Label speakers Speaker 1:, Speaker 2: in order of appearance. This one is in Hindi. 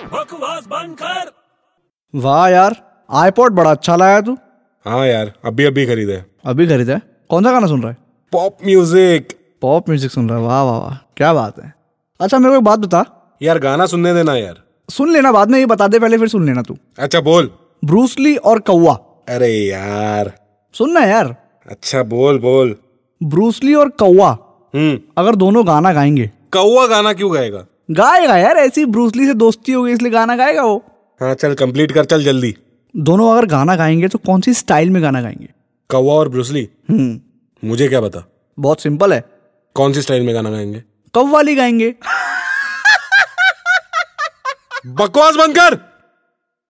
Speaker 1: आवाज बंद कर
Speaker 2: वाह यार आईपॉड बड़ा अच्छा लाया तू
Speaker 3: हाँ यार अभी अभी खरीदे
Speaker 2: अभी खरीदा है कौन सा गाना सुन रहा है
Speaker 3: पॉप म्यूजिक
Speaker 2: पॉप म्यूजिक सुन रहा है वाह वाह वाह क्या बात है अच्छा मेरे को एक बात बता
Speaker 3: यार गाना सुनने देना यार
Speaker 2: सुन लेना बाद में ये बता दे पहले फिर सुन लेना तू
Speaker 3: अच्छा बोल
Speaker 2: ब्रूसली और कौवा
Speaker 3: अरे यार
Speaker 2: सुनना है यार
Speaker 3: अच्छा बोल बोल
Speaker 2: ब्रूसली और कौवा
Speaker 3: हम्म
Speaker 2: अगर दोनों गाना गाएंगे
Speaker 3: कौवा गाना क्यों गाएगा
Speaker 2: गाएगा यार ऐसी ब्रूसली से दोस्ती होगी इसलिए गाना गाएगा वो
Speaker 3: हाँ चल कंप्लीट कर चल जल्दी
Speaker 2: दोनों अगर गाना गाएंगे तो कौन सी स्टाइल में गाना गाएंगे
Speaker 3: कौवा और ब्रूसली
Speaker 2: हम्म
Speaker 3: मुझे क्या पता
Speaker 2: बहुत सिंपल है
Speaker 3: कौन सी स्टाइल में गाना गाएंगे
Speaker 2: कव्वाली गाएंगे
Speaker 3: बकवास बंद कर